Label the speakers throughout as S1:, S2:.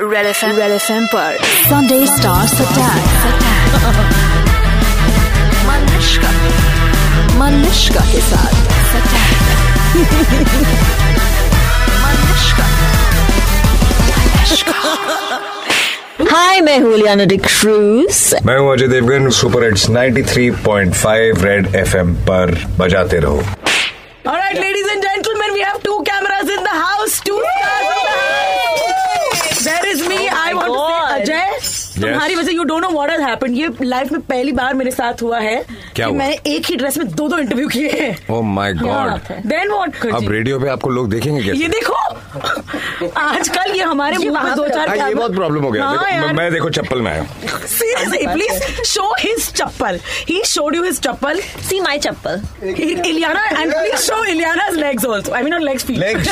S1: Red F M Red F M पर Sunday stars attack Manushka Manushka के साथ अटैक मनुष्का
S2: हाय मैं हूँ लियाना डी क्रूज
S3: मैं हूं Ajay Devgn super hits 93.5 Red FM पर बजाते रहो
S2: alright ladies and gentleman we have two cameras in the house two there is
S4: Oh
S2: me I want to say Ajay तुम्हारी वजह you don't know what has happened ये life में पहली बार मेरे साथ हुआ है
S3: क्या
S2: कि
S3: हुआ?
S2: मैंने एक ही ड्रेस में दो दो इंटरव्यू किए हैं
S3: oh my God
S2: then what
S3: अब रेडियो पे आपको लोग देखेंगे
S2: ये
S3: कैसे
S2: देखो आजकल ये हमारे मुंह पे दो चार
S3: हाँ, ये बहुत प्रॉब्लम हो गया
S2: तो हाँ,
S3: देखो,
S2: यार।
S3: मैं देखो चप्पल में आया हूं।
S2: Seriously please show his chappal ही showed you his chappal
S4: See my chappal.
S2: Ileana, and please show Ileana's legs also. I mean, not legs, feet.
S3: Legs.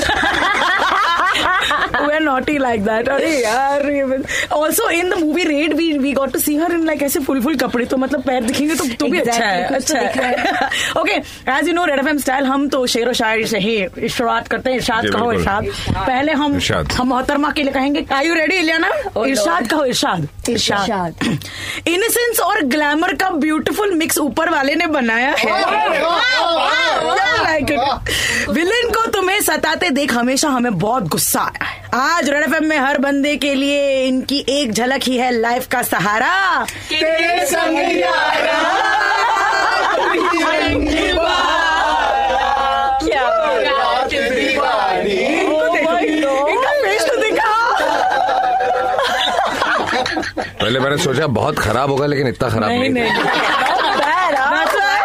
S2: We're naughty like that. अरे यार ये बस- also in the movie Raid we we got to see her in like ऐसे full full कपड़े तो मतलब पैर दिखेंगे तो तो भी अच्छा है
S4: Exactly, कुछ तो
S2: अच्छा है okay as you know Red FM style हम तो शेर व शायर से ही इशारत करते हैं इरशाद
S3: जी,
S2: कहो
S3: बिल्कुल।
S2: इरशाद पहले हम
S3: इरशाद।
S2: हम मोहतरमा के लिए कहेंगे are you ready इलियाना इरशाद कहो इरशाद
S4: इरशाद।
S2: इनसेंस और ग्लैमर का ब्यूटीफुल मिक्स ऊपर वाले ने बनाया है विलेन को तुम्हें सताते देख हमेशा हमें बहुत गुस्सा आया है आज रेड एफएम में हर बंदे के लिए इनकी एक झलक ही है लाइफ का सहारा क्या इनको देखो, इनका face तो दिखाओ।
S3: पहले मैंने सोचा बहुत खराब होगा लेकिन इतना खराब
S2: नहीं
S3: नहीं
S2: नहीं
S3: था।
S2: That's right.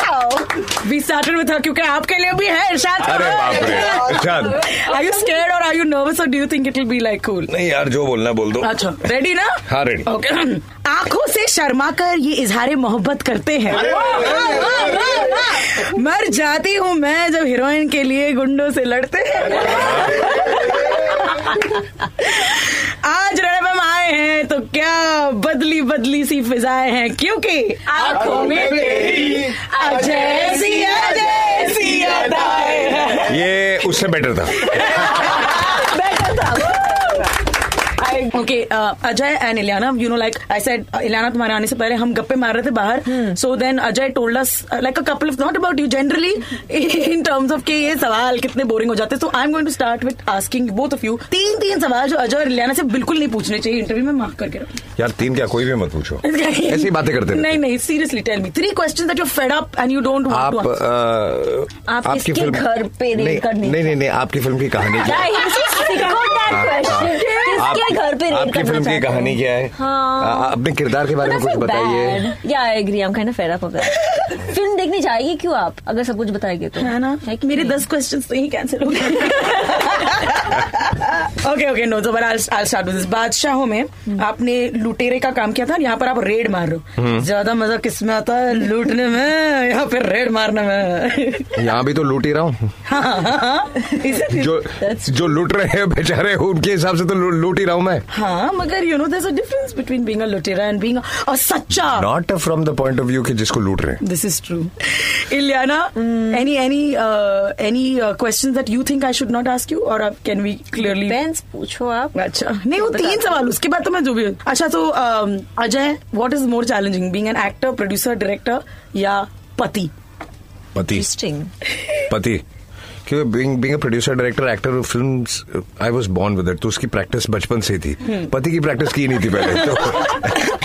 S2: We started with her क्योंकि आपके लिए भी है इरशाद
S3: अरे बाप रे इरशाद
S2: Are you scared or are you nervous or do you think it will be like cool?
S3: नहीं यार जो बोलना है बोल दो
S2: अच्छा रेडी ना
S3: हाँ, ready.
S2: ओके आंखों से शर्मा कर ये इजहार मोहब्बत करते हैं मर जाती हूँ मैं जब हीरोइन के लिए गुंडों से लड़ते हैं आज रणबम आए हैं तो क्या बदली बदली सी फिजाएं हैं क्योंकि आंखों में तेरी अजय सी अजय सी अदाएं हैं
S3: ये उससे बेटर था
S2: okay Ajay and Ileana you know like I said Ileana तुम्हारे आने से पहले हम गप्पे मार रहे थे बाहर so then Ajay told us like a couple of not about you generally in terms of के ये सवाल कितने बोरिंग हो जाते हैं so I am going to start with asking both of you तीन तीन सवाल जो अजय और इलियाना से बिल्कुल नहीं पूछने चाहिए इंटरव्यू में मार्क करके रखो
S3: यार तीन क्या कोई भी मत पूछो ऐसी बातें करते रहते
S2: नहीं नहीं seriously tell me three question that you fed up and you don't
S3: आप
S2: वांट टू
S3: अ,
S4: आप इसके घर पे
S3: नहीं,
S4: रेड करने
S3: नहीं नहीं नहीं आपकी फिल्म की कहानी क्या है?
S4: Guys, good that question. किसके घर पे रेड
S3: आपकी
S4: करना
S3: फिल्म की
S4: चाहते
S3: कहानी
S4: हो?
S3: क्या है
S4: हाँ।
S3: आ- अपने किरदार के बारे में कुछ
S4: But I feel
S3: बताइए
S4: bad. Yeah, I agree. I'm kind of fed up of that. Film देखने जाएगी क्यों आप अगर सब कुछ बताएंगे तो
S2: है ना
S4: है कि
S2: मेरे
S4: नहीं?
S2: दस क्वेश्चन तो ही कैंसिल हो गए ओके ओके नो तो स्टार्ट विद बादशाहों में आपने लुटेरे का काम किया था और यहाँ पर आप रेड मार रहे हो ज्यादा मजा किस में आता है लूटने में या फिर रेड मारने में
S3: यहाँ भी तो लूट ही रहा हूँ
S2: हाँ, हाँ, हाँ, इसे-
S3: जो जो लूट रहे हैं बेचारे उनके हिसाब से तो लू- लूट ही रहा हूँ मैं
S2: हाँ मगर you know there a difference between being a लुटेरा एंड बीइंग अ सच्चा
S3: not from the point of view कि जिसको लूट रहे हैं
S2: This is true. Ilyana, any any uh, any uh, questions that you think I should not ask you, or uh, can we clearly?
S4: Depends, पूछो आप
S2: अच्छा नहीं वो तीन सवाल उसके बाद तो मैं जो भी अच्छा तो um, Ajay what is more challenging being an actor producer director या पति
S3: पति
S4: इंटरेस्टिंग
S3: पति क्योंकि being being a producer director actor films I was born with it तो उसकी प्रैक्टिस बचपन से ही थी
S4: हम्म।
S3: पति की प्रैक्टिस की नहीं थी पहले तो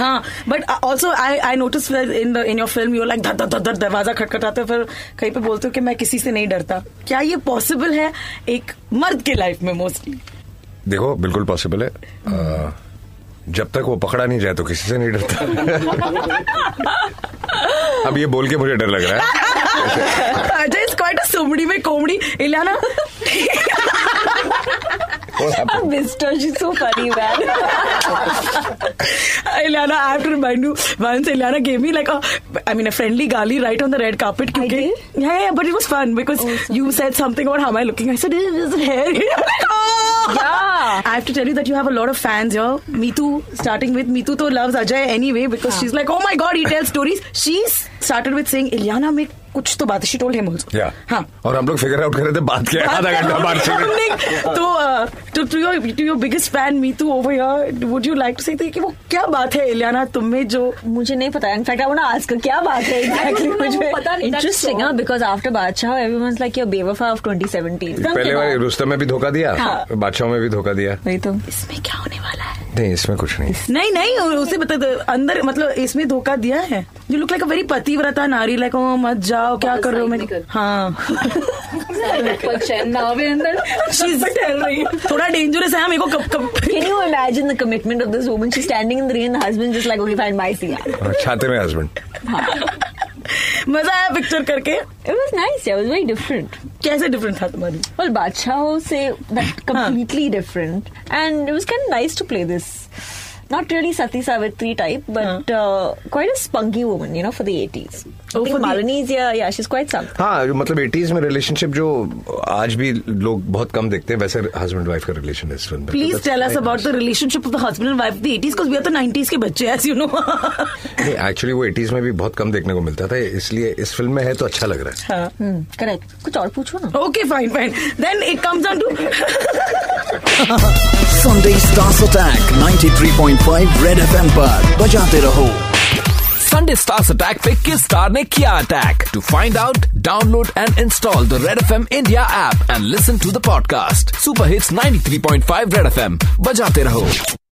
S2: हाँ but also I I notice in in your film you like धर धर धर धर दरवाजा खटखटाते हो फिर कहीं पे बोलते हो कि मैं किसी से नहीं डरता क्या ये पॉसिबल है एक मर्द के लाइफ में मोस्टली
S3: देखो बिल्कुल पॉसिबल है अ, जब तक वो पकड़ा नहीं जाए तो किसी से नहीं डरता अब ये बोल के मुझे डर लग रहा है
S2: अजय इज क्वाइट अ सुमड़ी में कोमड़ी इलाना
S3: और आप-
S4: mister ji so funny
S2: Ileana, I have to remind you, once Ileana gave me like a, I mean, a friendly gali right on the red carpet. I
S4: did? Oh,
S2: Yeah, yeah, but it was fun because you said something about how am I looking. I said, it is hair. I'm like, oh!
S4: Yeah.
S2: I have to tell you that you have a lot of fans here. Meetu, starting with Meetu, to loves Ajay anyway because she's like, oh my god, he tells stories. She started with saying, Ileana, make कुछ तो बात she told him also
S3: yeah
S2: हां
S3: और हम लोग figure out कर रहे थे बात क्या है, आधा घंटा हाँ। बात कर रहे थे।
S2: तो to your to your biggest fan Meetu over here would you like to say कि वो क्या बात है इलियाना तुम में जो
S4: मुझे नहीं पता इनफैक्ट आई वांट आस्क क्या बात है एग्जैक्टली
S5: know,
S4: मुझे
S5: वो पता नहीं, that's
S4: इंटरेस्टिंग हां because after Badshah everyone is like your बेवफा ऑफ 2017
S3: पहले वाले रुस्तम में भी धोखा दिया
S4: हाँ।
S3: बादशाह में भी धोखा दिया
S4: वही तो
S2: इसमें क्या होने वाला है
S3: नहीं इसमें कुछ नहीं
S2: नहीं नहीं उसे बता दो अंदर मतलब इसमें धोखा दिया है you look like a very पतिव्रता नारी लाइक ओ मत जाओ क्या कर रहे हो मैं
S5: Cynical.
S2: हाँ
S5: She's tell रही है।
S2: थोड़ा डेंजरस है मेरे को कब कब
S4: Can you imagine the commitment of this woman? She's standing in the rain, the husband just like, okay, fine, my see ya.
S3: हाँ, छाते में हस्बैंड
S2: मजा आया पिक्चर करके
S4: It was nice, yeah, it was very different.
S2: कैसे different था तुम्हारी
S4: Well, Badshaho say that completely different. And it was kind of nice to play this. Not really Sati Savitri type, but uh, quite a spunky woman, you know, for the 80s.
S2: Oh,
S4: I think
S2: for the-
S4: Malini is, yeah, yeah, she's quite something.
S3: हाँ जो मतलब eighties में relationship जो आज भी लोग बहुत कम देखते हैं वैसे हस्बैंड वाइफ का रिलेशन है इस फिल्म में
S2: please tell us about the relationship of the husband and wife the 80s because we are तो 90s के बच्चे एज यू नो
S3: एक्चुअली वो एटीज में भी बहुत कम देखने को मिलता था इसलिए इस फिल्म में है तो अच्छा लग रहा है
S4: Hmm, correct. कुछ और पूछो ना
S2: okay fine fine then it comes on to
S6: Sunday Stars Attack 93.5 Red FM पर बजाते रहो
S7: संडे स्टार्स अटैक पे किस स्टार ने किया attack to find out download and install the red F M India app and listen to the podcast super hits 93.5 red F M बजाते रहो